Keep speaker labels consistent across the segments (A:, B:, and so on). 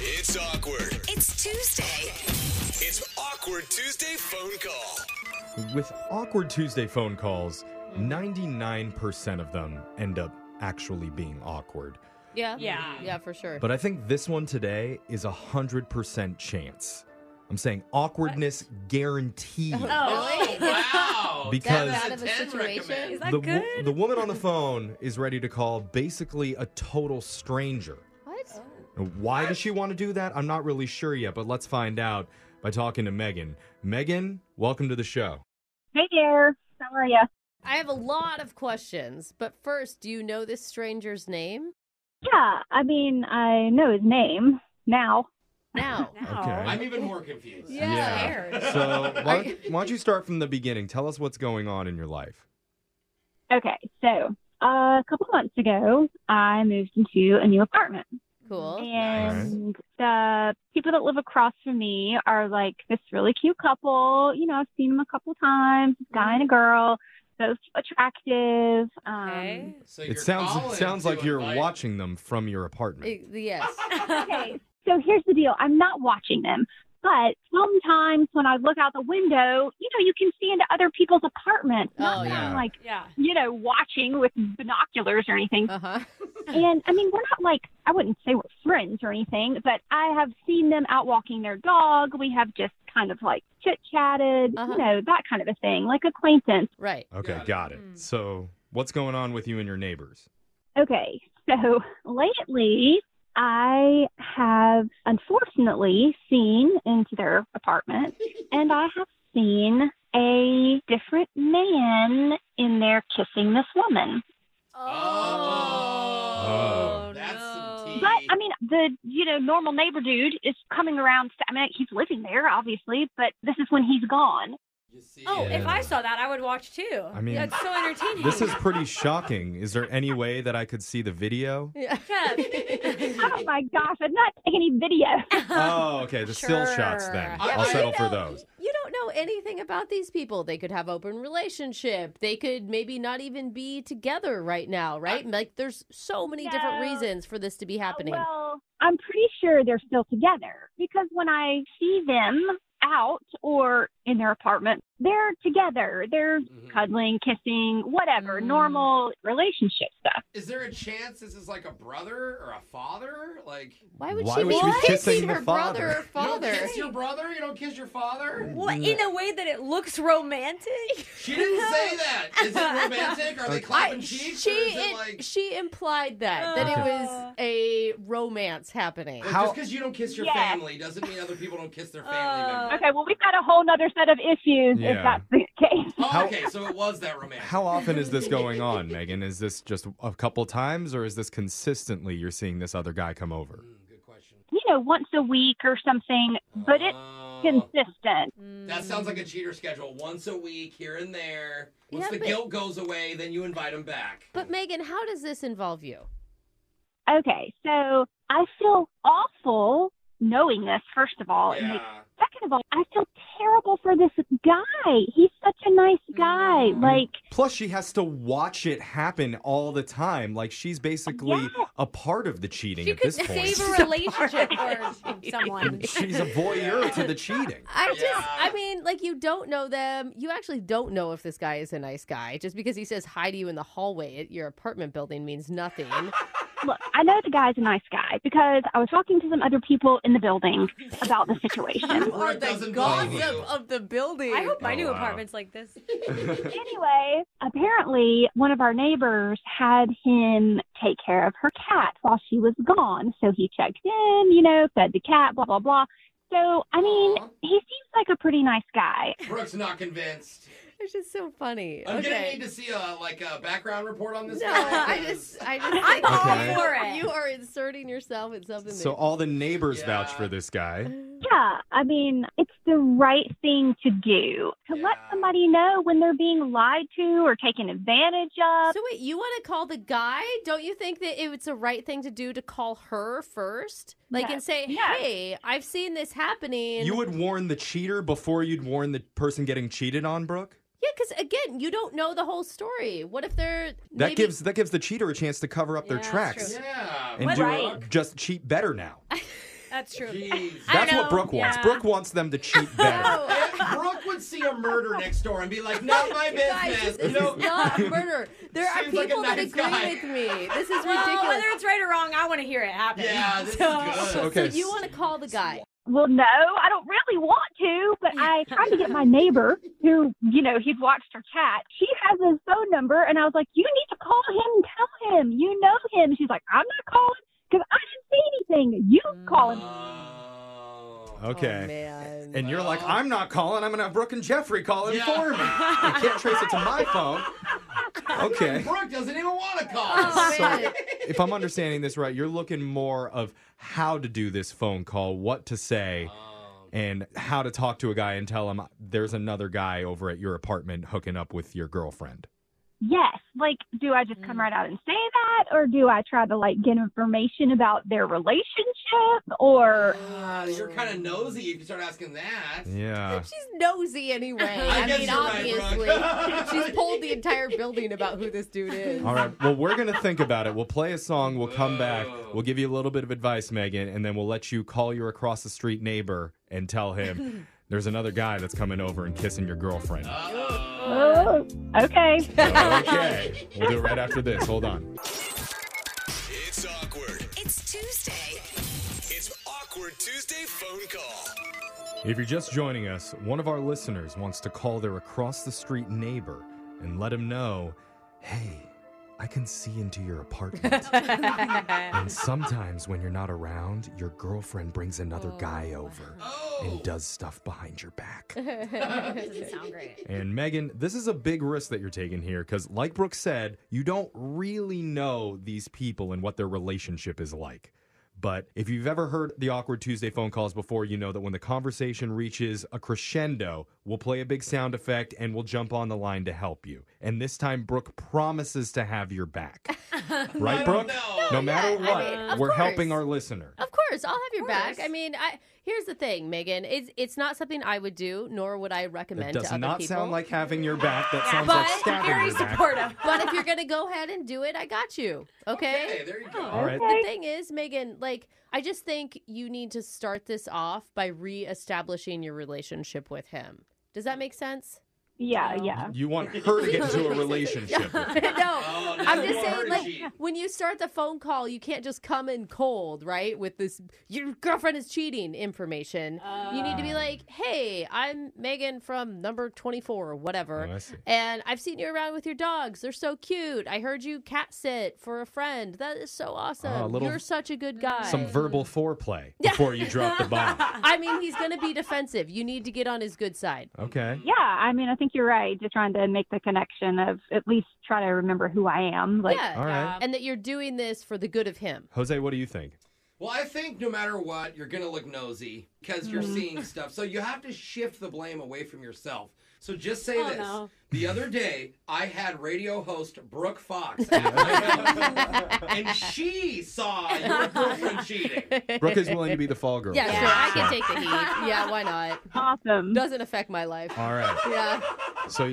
A: It's awkward.
B: It's Tuesday.
A: It's awkward Tuesday phone call.
C: With awkward Tuesday phone calls, 99% of them end up actually being awkward.
D: Yeah.
E: Yeah.
D: Yeah, for sure.
C: But I think this one today is a 100% chance. I'm saying awkwardness guaranteed.
D: Oh, really?
F: wow.
C: Because-
D: That bad of a situation?
E: Is that
C: the, wo-
E: good?
C: the woman on the phone is ready to call basically a total stranger.
D: What? Oh.
C: Why does she want to do that? I'm not really sure yet, but let's find out by talking to Megan. Megan, welcome to the show.
G: Hey there. How are you?
D: I have a lot of questions, but first, do you know this stranger's name?
G: Yeah, I mean, I know his name now.
D: Now.
C: Okay.
F: I'm even more confused.
D: Yeah.
E: Scared.
C: So why, don't- why don't you start from the beginning? Tell us what's going on in your life.
G: Okay, so uh, a couple months ago, I moved into a new apartment.
D: Cool.
G: And the people that live across from me are like this really cute couple. You know, I've seen them a couple times, a guy and a girl, both attractive. Um,
E: Okay.
F: So
C: It sounds it sounds like you're watching them from your apartment.
D: I- Yes.
G: okay, so here's the deal. I'm not watching them, but sometimes when I look out the window, you know, you can see into other people's apartments. Not
D: Oh,
G: that I'm
C: yeah.
G: like,
E: Yeah.
G: you know, watching with binoculars or anything.
D: Uh huh.
G: And I mean, we're not like, I wouldn't say we're friends or anything, but I have seen them out walking their dog. We have just kind of like chit chatted,
D: Uh-huh.
G: you know, that kind of a thing, like acquaintance.
D: Right.
C: Okay,
F: Got it.
C: got it.
E: Hmm.
C: So what's going on with you and your neighbors?
G: Okay, so lately I have unfortunately seen into their apartment and I have seen a different man in there kissing this woman.
F: Oh.
C: Oh,
F: That's some
E: no.
F: tea.
G: But I mean, the you know normal neighbor dude is coming around. I mean, he's living there, obviously, but this is when he's gone.
F: You see
E: Oh,
F: it.
E: if I saw that, I would watch too.
C: I mean,
E: that's so entertaining.
C: This is pretty shocking. Is there any way that I could see the video?
D: Yeah.
G: Oh my gosh, I'm not taking any video.
C: Oh, okay, the still shots
E: Sure.
C: then.
F: Yeah,
C: I'll
F: but you
C: settle for
D: know-
C: those.
D: You don't know anything about these people. They could have open relationship. They could maybe not even be together right now, right? Like there's so many different
G: No.
D: reasons for this to be happening.
G: Oh, Well, I'm pretty sure they're still together because when I see them out or in their apartment, they're together. They're
F: Mhm.
G: cuddling, kissing, whatever,
D: Mm.
G: normal relationship stuff.
F: Is there a chance this is like a brother or a father? Like
D: Why would
C: Why
D: she
C: would
D: be
C: she be kissing
D: her
C: the father?
D: brother or
F: You
D: father?
F: don't kiss your brother? You don't kiss your father?
E: Well, in a way that it looks romantic.
F: She didn't say that. Is it romantic? Are they clapping
D: I-
F: cheeks?
D: she
F: or is it
D: in-
F: like
D: she implied that that it
E: Okay.
D: was a romance happening.
F: Like,
C: How-
F: just because you don't kiss your
G: Yeah.
F: family doesn't mean other people don't kiss their family
E: Uh,
F: members.
G: Okay, well, we've got a whole nother set of issues
C: Yeah.
G: if that's the case.
F: Oh,
C: How-
F: okay, so it was that romantic.
C: How often is this going on, Megan? Is this just a couple times or is this consistently you're seeing this other guy come over?
F: Mm, good question.
G: You know, once a week or something, but it's
F: Oh.
G: consistent.
F: That sounds like a cheater schedule. Once a week, here and there. Once
D: Yeah,
F: the
D: but-
F: guilt goes away, then you invite him back.
D: But Megan, how does this involve you?
G: Okay, so I feel awful knowing this, first of all. It makes
F: yeah.
G: Second of all, I feel terrible for this guy. He's such a nice guy. Like,
C: Plus, she has to watch it happen all the time. Like she's basically
G: Yeah.
C: a part of the cheating
D: She
C: at
D: could
C: this point.
D: save a relationship.
E: or someone.
C: She's a voyeur to the cheating.
D: I just,
F: Yeah.
D: I mean, like you don't know them. You actually don't know if this guy is a nice guy. Just because he says hi to you in the hallway at your apartment building means nothing.
G: look, I know the guy's a nice guy because I was talking to some other people in the building about the situation.
F: Or it doesn't bother you.
D: of the building.
E: I hope my
C: Oh,
E: new
C: wow.
E: apartment's like this.
G: anyway, apparently, one of our neighbors had him take care of her cat while she was gone. So he checked in, you know, fed the cat, blah, blah, blah. So, I mean,
F: Aw.
G: he seems like a pretty nice guy.
F: Brooke's not convinced.
D: It's just so funny.
F: I'm gonna
D: okay.
F: need to see a like a background report on this
D: No,
F: guy.
D: I
F: 'cause-
D: just, I just.
E: I'm
C: Okay.
E: all for it.
D: You are inserting yourself in something.
C: So all the neighbors
F: Yeah.
C: vouch for this guy.
G: Yeah, I mean, it's the right thing to do to let
F: Yeah.
G: somebody know when they're being lied to or taken advantage of.
D: So wait, you want to call the guy? Don't you think that it's a right thing to do to call her first, like,
G: No.
D: and say,
G: Yeah.
D: "Hey, I've seen this happening."
C: You would warn the cheater before you'd warn the person getting cheated on, Brooke.
D: yeah, because again, you don't know the whole story. What if they're
C: That
D: maybe-
C: gives that gives the cheater a chance to cover up
E: Yeah,
C: their
E: that's
C: tracks
F: yeah.
C: and
E: What-
C: do
E: Right.
C: just cheat better now.
E: Uh, That's true.
F: Jeez.
E: I
C: That's what
E: know,
C: Brooke wants.
E: yeah.
C: Brooke wants them to cheat better.
F: If Brooke would see a murder next door and be like, not my
D: Guys,
F: business.
D: this
F: You know,
D: is not murder. There are
F: Seems like a
D: people that
F: nice
D: agree
F: guy.
D: with me. This is
E: Well,
D: ridiculous.
E: whether it's right or wrong, I want to hear it happen.
F: yeah, this is
D: So
F: good.
C: Okay,
D: you want to call the guy?
G: Well, no, I don't really want to, but I tried to get my neighbor who, you know, he'd watched her cat. She has his phone number, and I was like, you need to call him and tell him. You know him. She's like, I'm not calling because I didn't see anything. You call him.
F: Oh.
C: Okay.
D: Oh, man.
C: And you're like, I'm not calling. I'm going to have Brooke and Jeffrey calling
F: Yeah.
C: for me. I can't trace it to my phone. Okay.
F: Brooke doesn't even want to call.
D: Oh, man.
C: So if I'm understanding this right, you're looking more of how to do this phone call, what to say,
F: Um,
C: and how to talk to a guy and tell him there's another guy over at your apartment hooking up with your girlfriend.
G: Yes. Like, do I just come right out and say that, or do I try to, like, get information about their relationship? Or,
D: Uh,
F: Ah, you're kind of nosy if you start asking that.
C: Yeah.
D: She's nosy anyway.
E: I
D: I,
F: guess
D: mean,
F: you're right,
D: obviously.
F: Brooke.
D: She's pulled the entire building about who this dude is.
C: All right. Well, we're going to think about it. We'll play a song. We'll come back. We'll give you a little bit of advice, Megan, and then we'll let you call your across the street neighbor and tell him there's another guy that's coming over and kissing your girlfriend.
G: oh, okay.
C: Okay. We'll do it right after this. Hold on.
A: It's awkward.
B: It's Tuesday.
A: It's awkward Tuesday phone call.
C: If you're just joining us, one of our listeners wants to call their across the street neighbor and let him know hey, I can see into your apartment. and sometimes when you're not around, your girlfriend brings another guy over
F: Oh.
C: and does stuff behind your back.
E: Doesn't sound great.
C: And Megan, this is a big risk that you're taking here because, like Brooke said, you don't really know these people and what their relationship is like. But if you've ever heard the awkward Tuesday phone calls before, you know that when the conversation reaches a crescendo, we'll play a big sound effect and we'll jump on the line to help you. And this time, Brooke promises to have your back. right, Brooke?
F: know.
C: No matter
D: yeah, I
C: what,
D: mean, of
C: we're helping
D: course.
C: our listener.
D: Of course, I'll have your back.
E: course.
D: I mean, I here's the thing, Megan. It's it's not something I would do, nor would I
C: That
D: recommend
C: does
D: to other
C: not
D: people.
C: sound like having your back. That sounds
E: but
C: like stabbing
E: very
C: your back.
E: supportive.
D: but if you're gonna go ahead and do it, I got you.
F: Hey,
D: Okay.
F: there you go.
C: All right.
D: The thing is, Megan, like I just think you need to start this off by reestablishing your relationship with him. Does that make sense?
G: Yeah, yeah.
C: You want her to get into a relationship.
D: no.
C: with.
F: Oh, now
D: I'm
F: you
D: just
F: want her
D: saying,
F: to
D: like,
F: cheat.
D: when you start the phone call, you can't just come in cold, right? With this, your girlfriend is cheating information. you need to be like, hey, I'm Megan from number 24 or whatever.
C: Oh, I see.
D: and I've seen you around with your dogs. They're so cute. I heard you cat sit for a friend. That is so awesome.
C: Ah, a little-
D: You're such a good guy.
C: Some verbal foreplay before you drop the bomb.
D: I mean, he's going to be defensive. You need to get on his good side.
C: Okay.
G: Yeah, I mean, I think you're right. Just trying to make the connection of at least try to remember who I am. Like,
D: yeah. um,
C: All right.
D: And that you're doing this for the good of him.
C: Jose, what do you think?
F: Well, I think no matter what, you're going to look nosy because
C: Mm-hmm.
F: you're seeing stuff. So you have to shift the blame away from yourself. So just say
E: Oh,
F: this.
E: no.
F: The other day, I had radio host Brooke Fox, at my house, and she saw your girlfriend cheating.
C: Brooke is willing to be the fall girl.
D: Yeah,
C: So-
D: sure. I can take the heat. Yeah, why not?
G: awesome.
D: Doesn't affect my life.
C: All right.
D: Yeah.
C: So,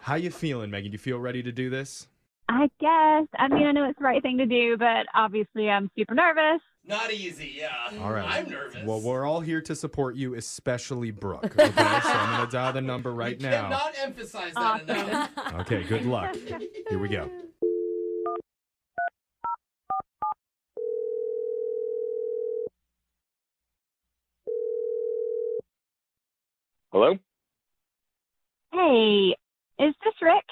C: how you feeling, Megan? Do you feel ready to do this?
G: I guess. I mean, I know it's the right thing to do, but obviously I'm super nervous.
F: Not easy, yeah.
C: All right.
F: I'm nervous.
C: Well, we're all here to support you, especially Brooke. Okay. so I'm going to dial the number right
F: you
C: now.
F: cannot emphasize
D: Oh.
F: that enough.
C: Okay. Good luck. Here we go.
H: Hello?
G: Hey, is this Rick?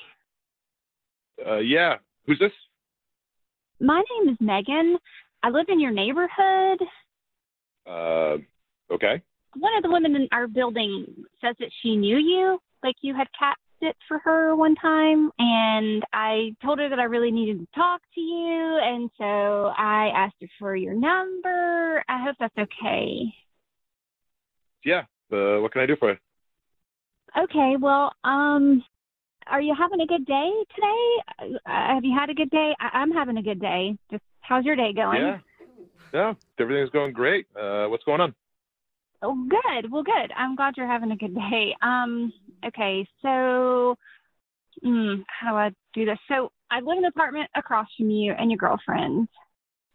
H: Uh, yeah. Who's this?
G: My name is Megan. I live in your neighborhood.
H: Uh, okay.
G: One of the women in our building says that she knew you, like you had cat sit for her one time, and I told her that I really needed to talk to you, and so I asked her for your number. I hope that's okay.
H: Yeah. Uh, what can I do for you?
G: Okay, well, um, are you having a good day today? Uh, have you had a good day? I- I'm having a good day. Just how's your day going?
H: Yeah. Yeah. Everything's going great. Uh, what's going on?
G: Oh, good. Well, good. I'm glad you're having a good day. Um, okay, so, mm, how do I do this? So, I live in an apartment across from you and your girlfriend.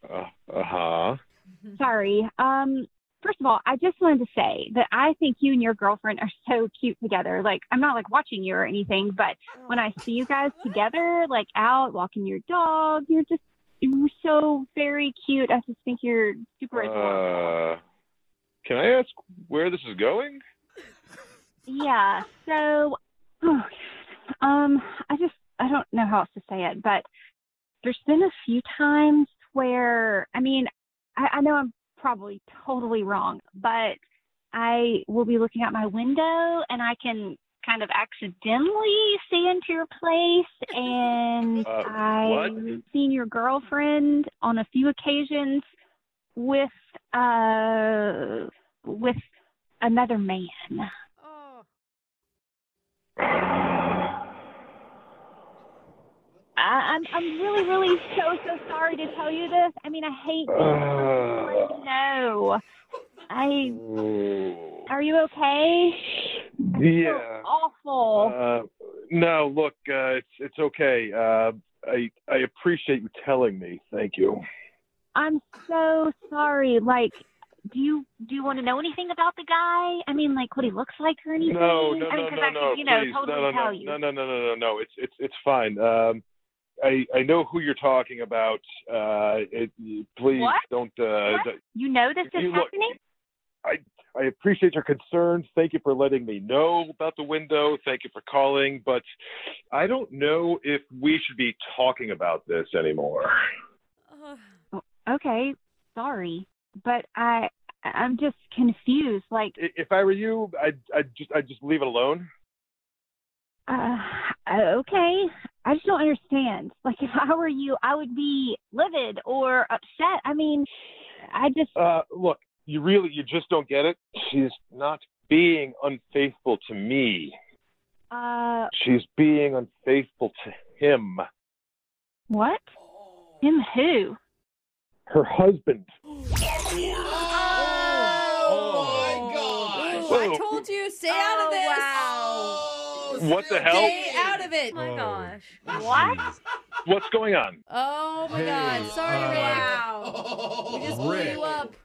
H: Uh huh.
G: Sorry. Um, first of all, I just wanted to say that I think you and your girlfriend are so cute together. Like, I'm not like watching you or anything, but when I see you guys together, like out walking your dog, you're just you're so very cute. I just think you're super adorable.
H: Uh, can I ask where this is going?
G: Yeah. So, um, I just I don't know how else to say it, but there's been a few times where I mean, I, I know I'm probably totally wrong, but I will be looking out my window and I can kind of accidentally see into your place and
H: Uh,
G: I've seen your girlfriend on a few occasions with uh with another man.
D: Oh,
G: I, I'm I'm really really so so sorry to tell you this. I mean I hate to let
H: Uh,
G: you know. I
H: ooh.
G: are you okay? I feel
H: yeah.
G: Awful.
H: Uh, no, look, uh, it's it's okay. Uh, I I appreciate you telling me. Thank you.
G: I'm so sorry. Like, do you do you want to know anything about the guy? I mean, like what he looks like or anything?
H: No, no,
G: I mean,
H: no,
G: 'cause
H: no,
G: I
H: no.
G: could, you know,
H: please,
G: totally
H: no, no,
G: tell
H: no,
G: you.
H: no, no, no, no, no, no. It's it's it's fine. Um, I I know who you're talking about. Uh, it, please
G: What?
H: don't. Uh,
G: What?
H: d-
G: You know this is
H: you look-
G: happening.
H: I appreciate your concern. Thank you for letting me know about the window. Thank you for calling, but I don't know if we should be talking about this anymore.
D: oh.
G: Okay, sorry, but I I'm just confused. Like,
H: I- If I were you, I'd I'd just I'd just leave it alone.
G: Uh, okay. I just don't understand. Like, if I were you, I would be livid or upset. I mean, I just,
H: Uh, look, you really you just don't get it. She's not being unfaithful to me.
G: uh,
H: She's being unfaithful to him.
G: what? Him who?
H: Her husband.
F: Oh,
H: my
D: I
H: gosh.
D: told you, stay out
E: Oh,
D: of this.
E: wow.
F: Oh.
H: What the hell?
D: Stay out of it.
E: Oh my gosh.
G: What?
C: jeez.
H: What's going on?
D: Oh my
C: Hey,
D: God. Sorry,
C: uh,
D: Rick.
E: Wow.
F: hell?
D: We just blew
C: Rick.
D: you up.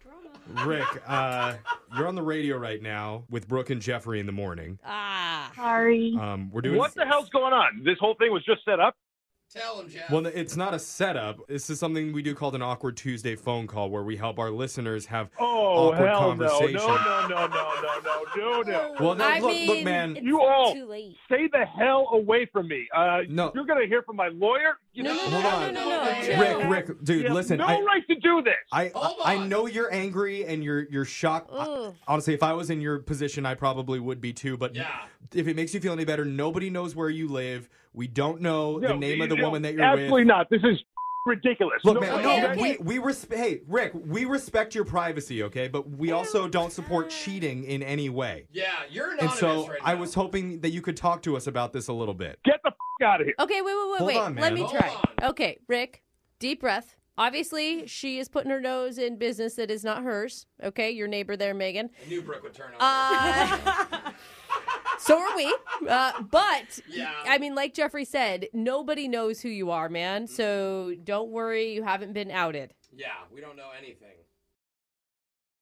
C: Rick, uh, you're on the radio right now with Brooke and Jeffrey in the morning.
D: Ah.
G: Sorry.
C: Um, we're doing
H: What the hell's going on? This whole thing was just set up.
F: Tell him, Jeff.
C: Well, it's not a setup. This is something we do called an awkward Tuesday phone call, where we help our listeners have.
H: Oh
C: Awkward
H: hell no! No
C: conversation.
H: no no no no no no no!
C: Well, no,
D: I
C: look, look,
D: mean,
C: man.
H: You all
E: Too late.
H: stay the hell away from me. Uh,
C: No.
H: you're gonna hear from my lawyer. You
D: No,
H: know,
D: no,
C: Hold
D: no, no,
C: on.
D: no, no, no.
F: Rick,
D: chill.
C: Rick, Rick,
H: you
C: dude,
H: have
C: listen.
H: no
C: I,
H: right to do this.
C: I,
D: Oh
F: Hold
C: I
F: on.
C: know you're angry and you're you're shocked. I-
D: Ugh.
C: honestly, if I was in your position, I probably would be too. But
F: Yeah.
C: if it makes you feel any better, nobody knows where you live. We don't know the
H: No,
C: name of the
H: no,
C: woman that you're
H: absolutely
C: with.
H: not. This is ridiculous.
C: Look,
H: No,
C: man,
H: no,
C: no,
D: okay,
C: man,
D: okay.
C: we, we respect. Hey, Rick, we respect your privacy, okay? But we also don't support cheating in any way.
F: Yeah, you're
C: And
F: anonymous
C: so
F: right
C: I
F: now.
C: was hoping that you could talk to us about this a little bit.
H: Get the f- out of here.
D: Okay, wait, wait, wait,
C: Hold
D: wait.
C: on,
D: Let
C: man.
D: me
F: Hold
D: try.
F: on.
D: Okay, Rick, deep breath. Obviously, she is putting her nose in business that is not hers. Okay, your neighbor there, Megan.
F: I knew Brooke would turn on.
D: Uh,
F: Ah.
D: so are we. Uh, but
F: Yeah.
D: I mean, like Jeffrey said, nobody knows who you are, man. So don't worry, you haven't been outed.
F: you. yeah, we don't know anything.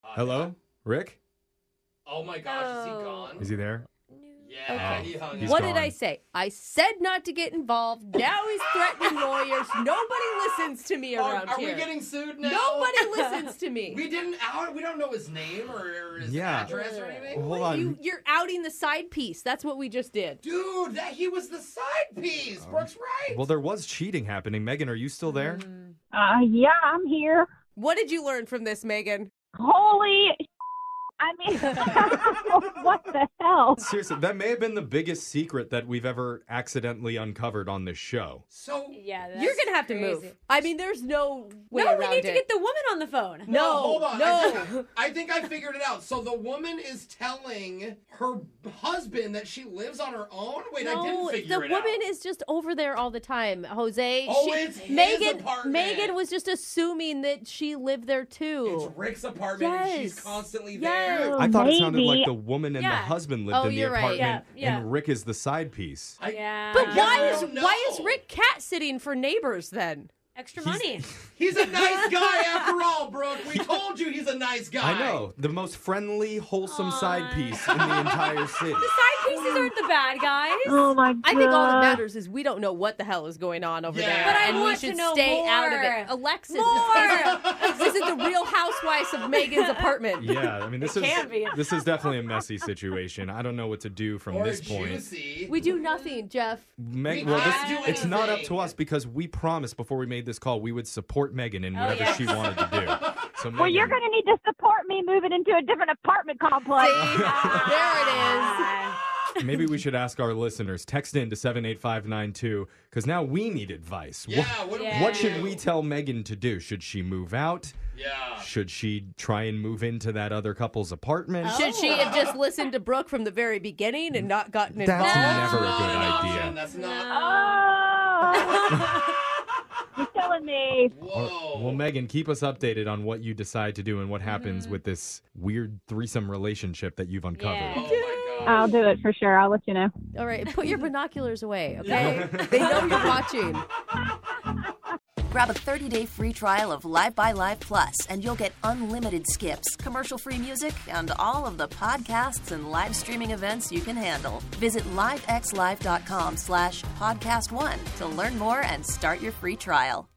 F: Uh,
C: Hello, Rick?
F: Oh my gosh, is he gone?
C: Is he there?
F: yeah,
C: Okay.
F: he hung
C: He's
F: up.
D: what did
C: gone.
D: I say? I said not to get involved. Now he's threatening lawyers. Nobody listens to me
F: Are,
D: around
F: are
D: here.
F: we getting sued now?
D: Nobody listens to me.
F: We didn't out. We don't know his name or his
C: Yeah.
F: address or anything.
C: Hold
D: You,
C: on.
D: you're outing the side piece. That's what we just did.
F: Dude, that he was the side piece. Brooke's right.
C: Um, Well, there was cheating happening. Megan, are you still there?
G: Uh, yeah, I'm here.
D: What did you learn from this, Megan?
G: Holy. I mean, what the hell?
C: Seriously, that may have been the biggest secret that we've ever accidentally uncovered on this show.
F: so
E: Yeah. That's
D: You're gonna have to
E: crazy.
D: move. I mean, there's no way
E: No,
D: around
E: we need to
D: it.
E: get the woman on the phone.
D: No,
F: hold on. I
D: no.
F: think, I think I figured it out. So the woman is telling her husband that she lives on her own. Wait, I didn't
D: No,
F: figure
D: the
F: it out.
D: woman is just over there all the time, Jose.
F: Oh,
D: she,
F: it's his
D: Megan.
F: apartment.
D: Megan was just assuming that she lived there too.
F: It's Rick's apartment, and she's
D: Yes.
F: constantly
D: Yes.
F: there.
C: I thought it sounded
G: Maybe.
C: like the woman and the
E: Yeah.
C: husband lived
D: Oh,
C: in the
D: you're right.
C: apartment,
E: Yeah, yeah.
C: and Rick is the side piece.
F: I,
E: Yeah.
D: But
F: I
D: why
F: don't
D: is
F: know.
D: why is Rick cat sitting for neighbors then?
E: Extra
C: He's-
E: money.
F: He's a nice guy after all, Brooke. We told you he's a nice guy.
C: I know the most friendly, wholesome side
E: Aw.
C: piece in the entire city.
E: The side pieces aren't the bad guys.
G: Oh my god.
D: I think all that matters is we don't know what the hell is going on over
F: Yeah.
D: there.
F: But I
D: and
E: want
D: we
E: to
D: should
E: know
D: stay out of
E: more.
D: it. Alexis,
E: More.
D: This, isn't, this isn't the real housewives of Megan's apartment.
C: Yeah, I mean this is
E: can be.
C: this is definitely a messy situation. I don't know what to do from
F: Or
C: this point.
F: juicy.
D: We do nothing, Jeff.
C: Me-
F: We
C: well,
F: can't
C: this,
F: do
C: it's not up to
F: anything.
C: us because we promised before we made this call we would support Megan in whatever
E: Oh, yeah.
C: she wanted to do. So
G: Well, you're
C: Megan,
G: going to need to support me moving into a different apartment complex.
D: there it is.
C: Ah. maybe we should ask our listeners text in to seven eight five nine two because now we need advice.
F: Yeah.
C: What,
F: What, do
E: Yeah.
C: what should
F: do?
C: we tell Megan to do? Should she move out?
F: Yeah.
C: Should she try and move into that other couple's apartment?
E: Oh,
D: Should she have just listened to Brooke from the very beginning and not gotten
C: That's
D: involved?
C: never a
F: Not
C: good
F: an option.
C: idea.
F: That's not.
E: No.
G: Oh. you're killing me.
F: Whoa.
C: Well, Megan, keep us updated on what you decide to do and what happens with this weird threesome relationship that you've
F: oh
C: uncovered.
F: my God.
G: I'll do it for sure. I'll let you know.
D: All right, put your binoculars away, okay? they know you're watching.
B: Grab a 30-day free trial of Live by Live Plus, and you'll get unlimited skips, commercial-free music, and all of the podcasts and live streaming events you can handle. Visit livexlive.com slash podcast one to learn more and start your free trial.